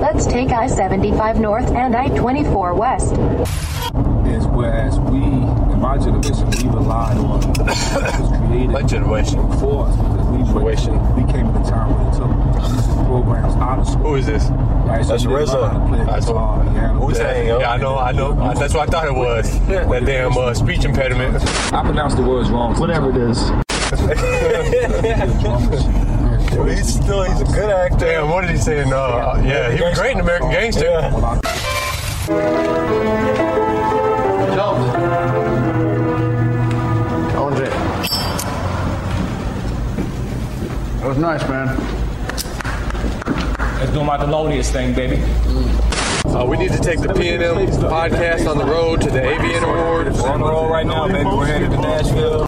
S10: Let's take I 75 North and I 24 West.
S3: is whereas we in my generation we relied on what was created my generation for us because we, generation. we came in a time when it took music programs out of school. Who is this? Right, so
S4: That's
S3: we didn't learn how to play guitar, yeah,
S4: Yeah, I know, I know. I- That's what I thought it was. That damn uh, speech impediment.
S3: I pronounced the words wrong.
S4: Whatever it is.
S37: he's still he's a good actor. Damn, what did he say? No,
S4: uh, yeah, he was great in American Gangster.
S28: Andre. That was nice, man.
S3: Let's do my Thelonious thing, baby.
S4: Uh, we need to take the P&M podcast on the road to the AVN Awards.
S3: on the road right now, baby. We're headed to Nashville.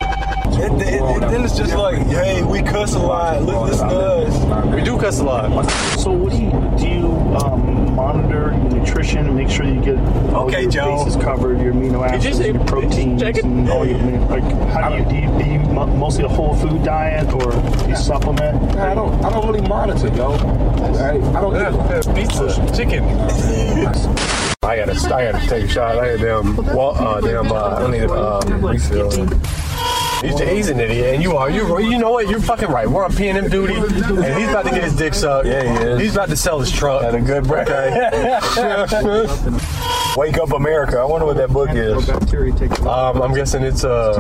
S4: It, then it's just like, hey, we cuss a lot. Listen to us. We do cuss a lot.
S28: So, what do you do? You um, monitor your nutrition and make sure you get all
S4: Okay,
S28: your
S4: Joe.
S28: bases covered, your amino
S4: Did you
S28: acids,
S4: say-
S28: your proteins, and all your like. How do you do? You, do you mo- mostly a whole food diet or do you supplement?
S3: I don't. I don't really monitor, yo. I, I don't
S4: get
S3: pizza, chicken.
S11: I gotta, I gotta take a shot. I got damn, wa- uh, damn, uh, I need a um, refill.
S4: uh, He's, he's an idiot, and you are. You you know what? You're fucking right. We're on P and M duty, and he's about to get his dick sucked. Yeah, he is. He's about to sell his truck at a good rate. Wake up, America! I wonder what that book is. Um, I'm guessing it's uh,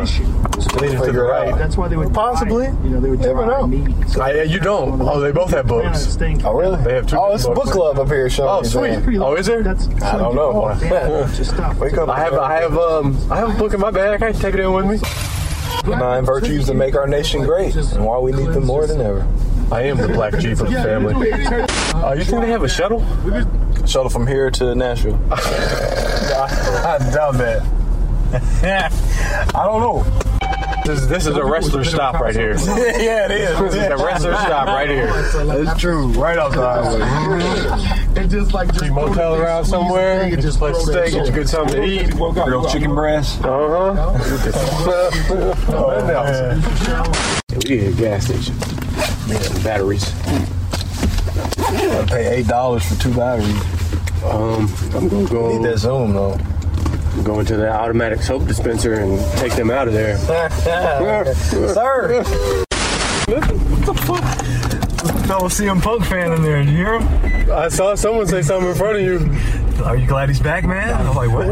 S4: leading to the right.
S38: That's why they would
S26: possibly.
S38: You know, they would
S26: Never
S38: dry
S26: know.
S38: meat.
S4: I, yeah, you don't. Oh, they both have books.
S26: Oh really?
S4: They have two.
S26: Oh, it's a book club up here. Showing
S4: Oh, sweet. Oh, is there? That's,
S26: I oh, don't know. Wake up.
S4: I have, I have, um, I have a book in my bag. I can take it in with me.
S26: Nine virtues that make our nation great, and why we need them more than ever.
S4: I am the black chief of the family. Uh, you think they have a shuttle?
S26: Shuttle from here to Nashville.
S4: I doubt that. I don't know. This, this is a wrestler stop right here.
S26: yeah, it is.
S4: This is a wrestler stop right here.
S26: It's true. Right off the highway.
S38: And just like
S26: just motel around somewhere.
S4: Just play steak, get you good something to eat.
S26: Grilled chicken breast.
S4: Uh huh.
S26: We at a gas station. Man, batteries. I pay eight dollars for two batteries.
S4: Um, I'm gonna go.
S26: Need that Zoom though.
S4: Go into the automatic soap dispenser and take them out of there.
S26: Sir.
S4: What the fuck? Fellow CM Punk fan in there. Did you hear him? I saw someone say something in front of you. Are you glad he's back, man? I'm like, what?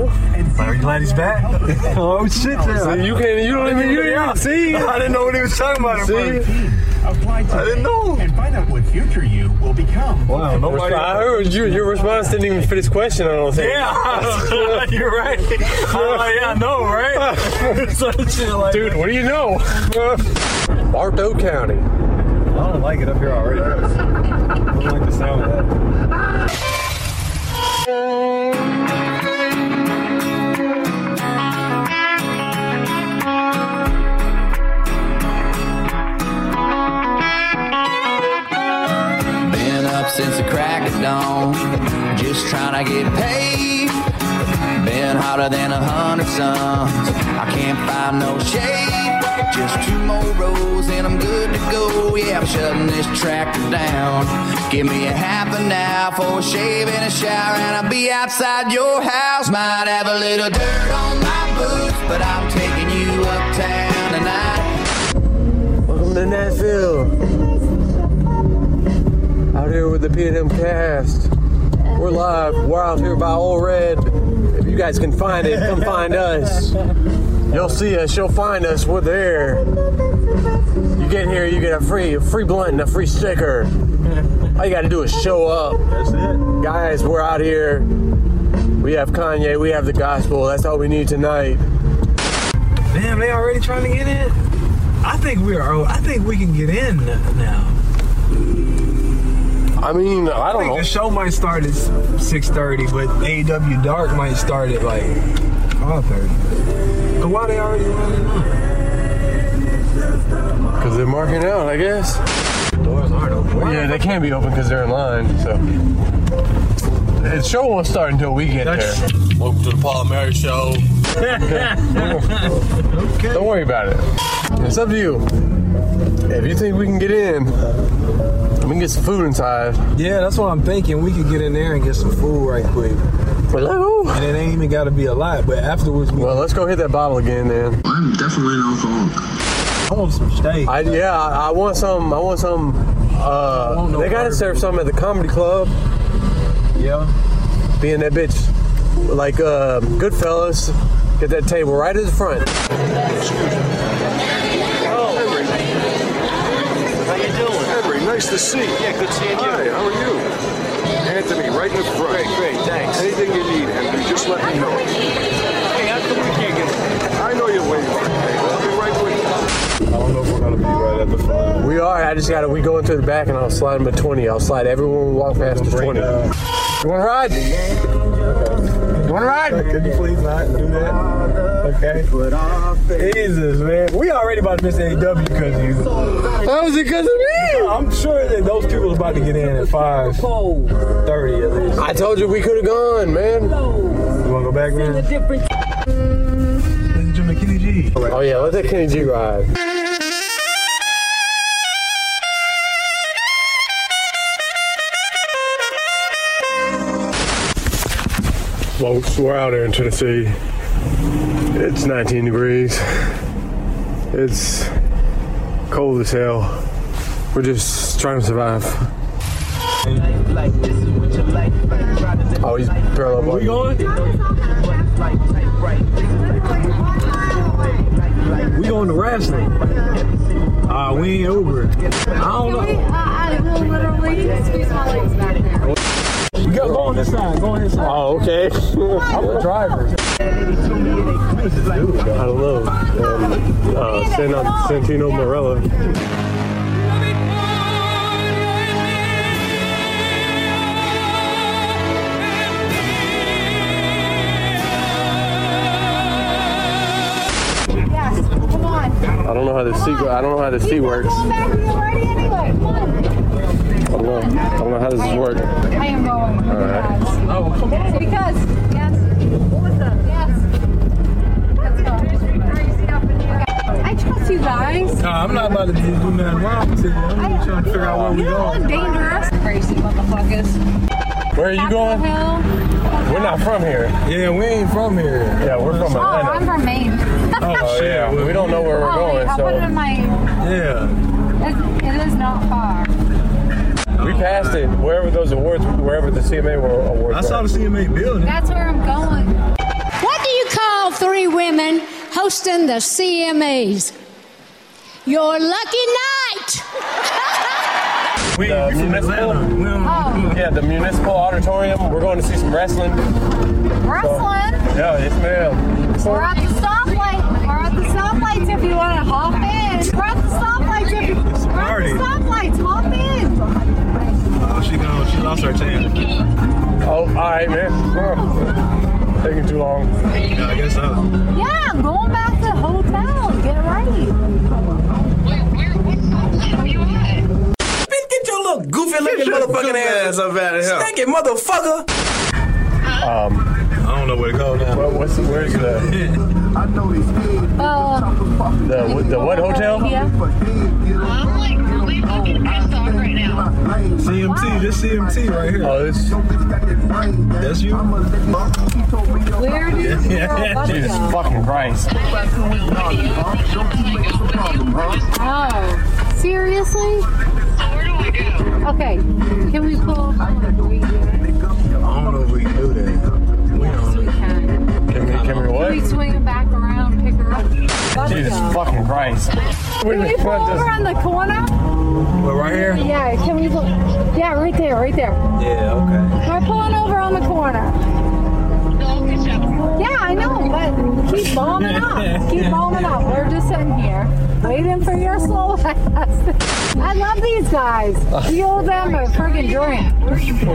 S4: Are you glad he's back? oh shit! See, you can't. You don't even. You didn't see.
S26: I didn't know what he was talking about.
S4: See?
S26: I didn't know. And find out what future you will become. Wow, nobody.
S4: I heard you. Your response didn't even fit his question. I don't think.
S26: Yeah, you're right. I'm like, yeah, I know, right? So shit like
S4: Dude, what do you know? Bartow County.
S26: I don't like it up here already. I don't like the sound of that.
S1: Been up since the crack of dawn, just trying to get paid. Been hotter than a hundred suns, I can't find no shade. Just two more rows and I'm good to go. Yeah, I'm shutting this tractor down. Give me a half an hour for a shave and a shower, and I'll be outside your house. Might have a little dirt on my boots, but I'm taking you uptown tonight.
S4: Welcome to Nashville. Out here with the P&M cast. We're live. We're out here by Old Red. If you guys can find it, come find us. You'll see us. You'll find us. We're there. You get here, you get a free, a free blunt and a free sticker. All you got to do is show up. That's it. Guys, we're out here. We have Kanye. We have the gospel. That's all we need tonight.
S7: Damn, they already trying to get in. I think we are. I think we can get in now.
S4: I mean, I
S7: don't know. The show might start at six thirty, but AEW Dark might start at like five thirty. But why they already running up?
S4: Because they're marking out, I guess.
S7: Doors aren't open.
S4: yeah, they can't be open because they're in line. So the show won't start until we get there.
S3: Welcome to the Paul and Mary Show.
S4: Don't worry about it. It's up to you. If you think we can get in, we can get some food inside.
S7: Yeah, that's what I'm thinking. We could get in there and get some food right quick.
S4: Hello.
S7: And it ain't even got to be a lot, but afterwards we.
S4: Well, let's go hit that bottle again, then.
S7: I'm definitely an alcoholic. I want some steak.
S4: I yeah, I, I want some. I want some. Uh, they gotta serve some at the comedy club.
S7: Yeah.
S4: Being that bitch, like uh, Goodfellas, get that table right at the front.
S3: How you doing? Henry, nice to see you. Yeah, good seeing you. Hi, how are you? Anthony, right in the front. Great, great, thanks. Anything you need, Henry, just let me know. Hey, how come we can't get I know you're waiting. Hey, I'll be right with you. I don't know if we're gonna be right at the front.
S4: We are. I just gotta. We go into the back, and I'll slide them a twenty. I'll slide everyone we walk past the twenty. You wanna ride? You wanna ride?
S7: Could you please not do that? Okay. Jesus, man. We already about to miss AW because of you.
S4: That was because of me.
S7: I'm sure that those people are about to get in at 5 30 at least.
S4: I told you we could have gone, man.
S7: You want to go back, man? Ladies and gentlemen, Kenny G.
S4: Oh yeah, let that Kenny G ride. Folks, we're out here in Tennessee. It's 19 degrees.
S18: It's cold as hell. We're just trying to survive.
S39: Oh, he's parallel. Where we going?
S3: We going to wrestling. Uh, we ain't Uber. I don't know.
S10: I will literally squeeze my legs back there.
S3: You go, go on this side. Go on this side. Oh, okay. I'm the driver.
S18: I love um, uh, San- Santino Morella.
S10: Yes, come on.
S4: I don't know how this seat. I don't know how this seat works.
S10: Come back to your party anyway. Come on.
S4: I don't know. I don't know how this is working.
S10: I am going.
S4: All right.
S10: Oh, come on. Because, yes. Yes. Let's go. I trust you guys.
S3: Nah, I'm not about to do do nothing wrong to you. I'm just trying to figure out where we going.
S10: Dangerous. Crazy motherfuckers.
S3: Where are you going? We're not from here. Yeah, we ain't from here. Yeah, we're
S10: Oh, I'm from Maine.
S3: Oh, yeah. We don't know where
S10: Oh, wait, I'll put it in my.
S3: Yeah.
S10: It, it is not far.
S4: We passed it. Wherever those awards, wherever the CMA were awards.
S3: I saw the CMA building.
S10: That's where I'm going.
S11: What do you call three women hosting the CMAs? Your lucky night.
S4: We, the municipal, Uh, yeah, the municipal auditorium. We're going to see some wrestling.
S10: Wrestling.
S4: Yeah, yes, ma'am.
S10: We're at the stoplight. We're at the stoplights if you want to hop in. We're at the stoplights if you We're at the stoplights. Hop in.
S3: Oh, she gone. She lost her chance.
S4: Oh, all right, man. Girl, Taking too long.
S3: Yeah, I guess so.
S10: Yeah, I'm going back to the hotel. Get ready.
S1: Bitch, get your little goofy looking motherfucking ass up out of here. Stinking motherfucker.
S3: Um, I don't know where to go now.
S4: what's where's the?
S1: I know these kids.
S10: Uh,
S4: The, the what hotel?
S1: I'm like really fucking pissed off right now.
S3: CMT, this CMT right here.
S4: Oh, this.
S3: That's you.
S10: Where do you
S3: Yeah,
S4: Jesus fucking Christ.
S10: Oh, seriously? Okay, can we pull?
S3: I don't know if we can do that. We don't.
S4: Can we, can we
S10: Can we
S4: what?
S10: swing it back around, pick her up? Bus
S4: Jesus
S10: job.
S4: fucking Christ.
S10: Can we pull over on the corner?
S3: But right here?
S10: Yeah, can we look? Yeah, right there, right there.
S3: Yeah, okay.
S10: We're pulling over on the corner. Yeah, I know, but keep bombing up. Keep bombing up. We're just sitting here waiting for your slow ass. I love these guys. We owe them a friggin' drink.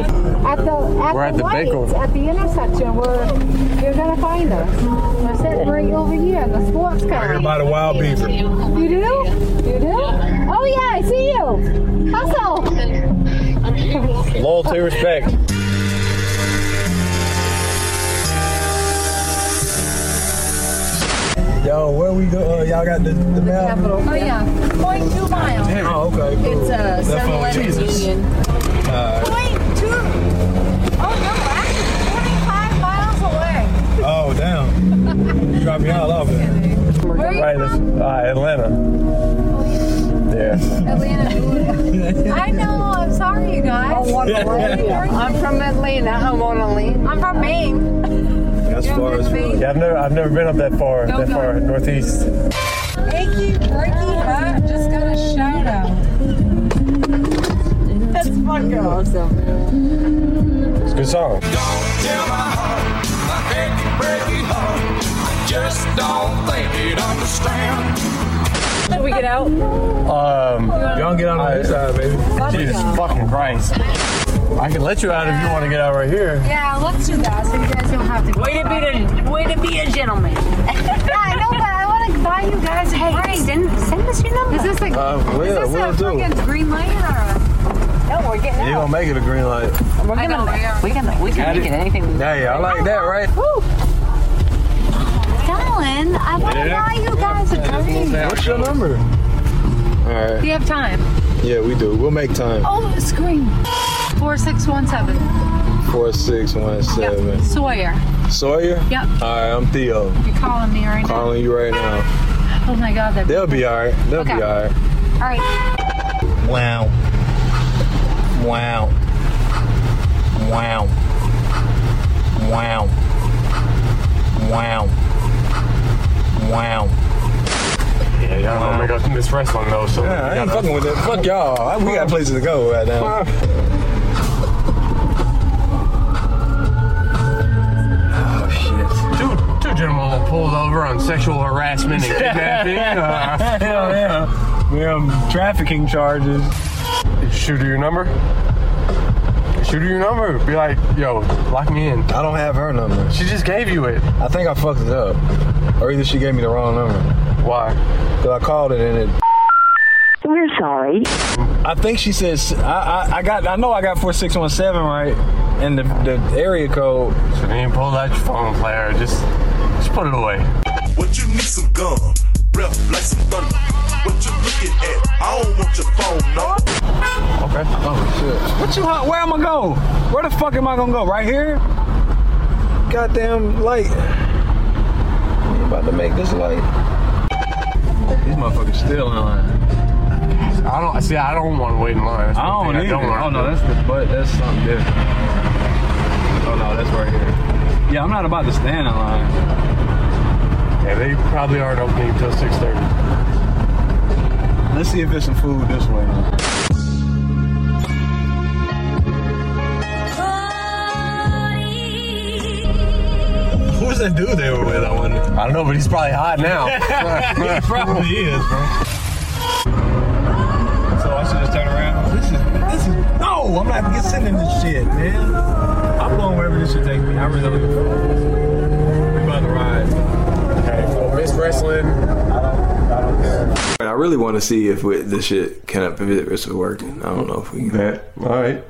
S10: At the
S4: We're
S10: at the,
S4: at the
S10: lights,
S4: bagel.
S10: at the intersection where you're gonna find us. We're sitting right over here in the sports car.
S3: Right by the wild beaver.
S10: You do? You do? Oh yeah, I see you. Hustle.
S4: Loyalty, respect.
S3: Yo, where we go? Uh, y'all got the, the map?
S10: Oh yeah, 0.2 miles.
S3: Oh,
S4: uh,
S3: okay. Cool.
S10: It's a
S3: That phone,
S10: 7-Eleven
S3: Jesus.
S10: Union.
S3: Uh,
S10: Two. Oh no, actually 25 miles away.
S3: oh, damn. Drop y'all off there.
S10: Where are you
S4: Right, this, uh, Atlanta. Yeah.
S10: Atlanta. I know. I'm sorry, you guys. I'm from Atlanta. I'm on Atlanta. I'm from Maine.
S4: That's far as well. Yeah, I've never, I've never been up that far,
S10: Go,
S4: that
S10: go.
S4: far northeast.
S10: Achy, breaky, hot. Just got a shout out. That's fucking awesome.
S4: It's a good song.
S40: Just don't think it understand.
S10: Should we get out?
S4: Um,
S3: Y'all get out on this side, baby.
S4: Jesus fucking Christ. I can let you out if you want to get out right here.
S10: Yeah, let's do that so you guys don't have to. Way to be a way to be a gentleman. yeah, I know, but I want to buy you guys a drink. Send, send us your number. Is this a,
S3: Uh, will,
S10: is this
S3: will
S10: a
S3: do.
S10: freaking green light or a? No, we're getting
S3: You gonna make it a green light.
S10: We're gonna, we can, we
S3: Got it. Hey, I like that, right?
S10: Woo. Dylan, I want to
S3: Yeah.
S10: buy you guys a drink.
S3: What's your number? All
S10: Do you have time?
S3: Yeah, we do. We'll make time.
S10: Oh, scream. 4617.
S3: Four six one seven.
S10: Sawyer.
S3: Sawyer.
S10: Yep.
S3: All right, I'm Theo.
S10: You're calling me right now.
S3: Calling you right now.
S10: Oh my god, that.
S41: They'll be all right. They'll
S10: Okay.
S41: be all right.
S10: All right.
S41: Wow. Wow. Wow. Wow. Wow. Wow.
S42: Yeah, y'all gonna make us miss wrestling though. So
S41: Yeah, I ain't fucking with it. Fuck y'all. I- We got places to go right now.
S3: Oh shit. Two two gentlemen were pulled over on sexual harassment and kidnapping. Uh,
S4: Hell yeah. We have trafficking charges.
S42: Shooter, your number. Shooter, your number. Be like, yo, lock me in.
S41: I don't have her number.
S42: She just gave you it.
S41: I think I fucked it up. Or either she gave me the wrong number.
S42: Why?
S41: Because I called it and it.
S43: We're sorry.
S4: I think she says I, I I got I know I got four six one seven right and the, the area code.
S42: So then pull out your phone player. Just just put it away.
S16: What you need some gum? Rep like some thunder. What you looking at? I don't want your phone, no.
S42: Okay. Oh shit.
S4: What you hot- where am I go? Where the fuck am I gonna go? Right here? Goddamn light. You about to make this light.
S7: These motherfuckers still in line.
S42: I don't see. I don't want to wait in line. That's
S7: I
S42: one
S7: don't
S42: thing
S7: either.
S42: wanna
S7: oh no,
S42: do.
S7: that's the butt. That's something different. Oh no, that's right here. Yeah, I'm not about to stand in line.
S42: Yeah, they probably aren't opening until six thirty.
S4: Let's see if there's some food this way.
S41: Who's that dude they were with? I wonder.
S42: I don't know, but he's probably hot now.
S4: He probably is, bro. So I should just turn around. This is this is no, I'm not getting sitting in this shit, man. I'm going wherever this should take me. I really looking forward to this. We about to ride. Okay, well, Miss Wrestling.
S7: I really want to see if we, this shit can if it's working. I don't know if we can.
S42: all right.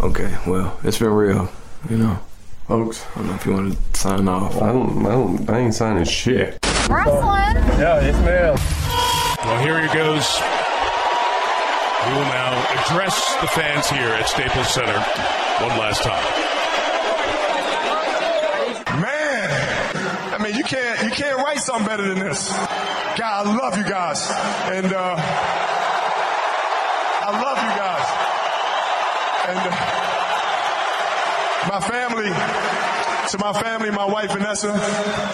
S7: Okay, well, it's been real, you know, folks. I don't know if you want to sign off. I
S42: don't. I don't. I ain't signing shit.
S10: Wrestling.
S42: Yeah, it's male.
S44: Well, here he goes. He will now address the fans here at Staples Center one last time.
S16: Man, I mean, you can't you can't write something better than this. God, I love you guys, and uh, I love you guys, and uh, my family. To my family, my wife Vanessa,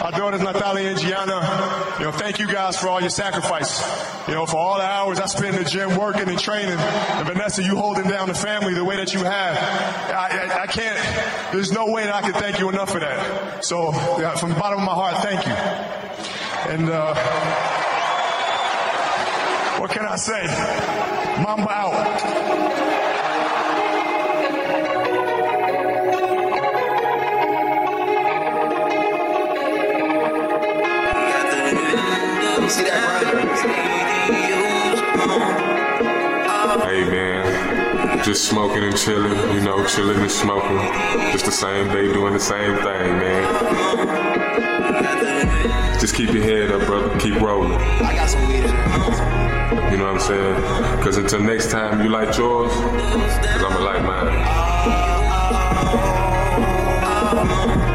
S16: our daughters Natalia and Gianna, you know, thank you guys for all your sacrifice. You know, for all the hours I spent in the gym working and training. And Vanessa, you holding down the family the way that you have. I, I, I can't, there's no way that I can thank you enough for that. So, yeah, from the bottom of my heart, thank you. And, uh, what can I say? Mamba out.
S1: See that grind?
S18: Hey man, just smoking and chilling, you know, chilling and smoking. Just the same day doing the same thing, man. Just keep your head up, brother. Keep rolling. You know what I'm saying? Because until next time, you like yours, because I'm going to like mine.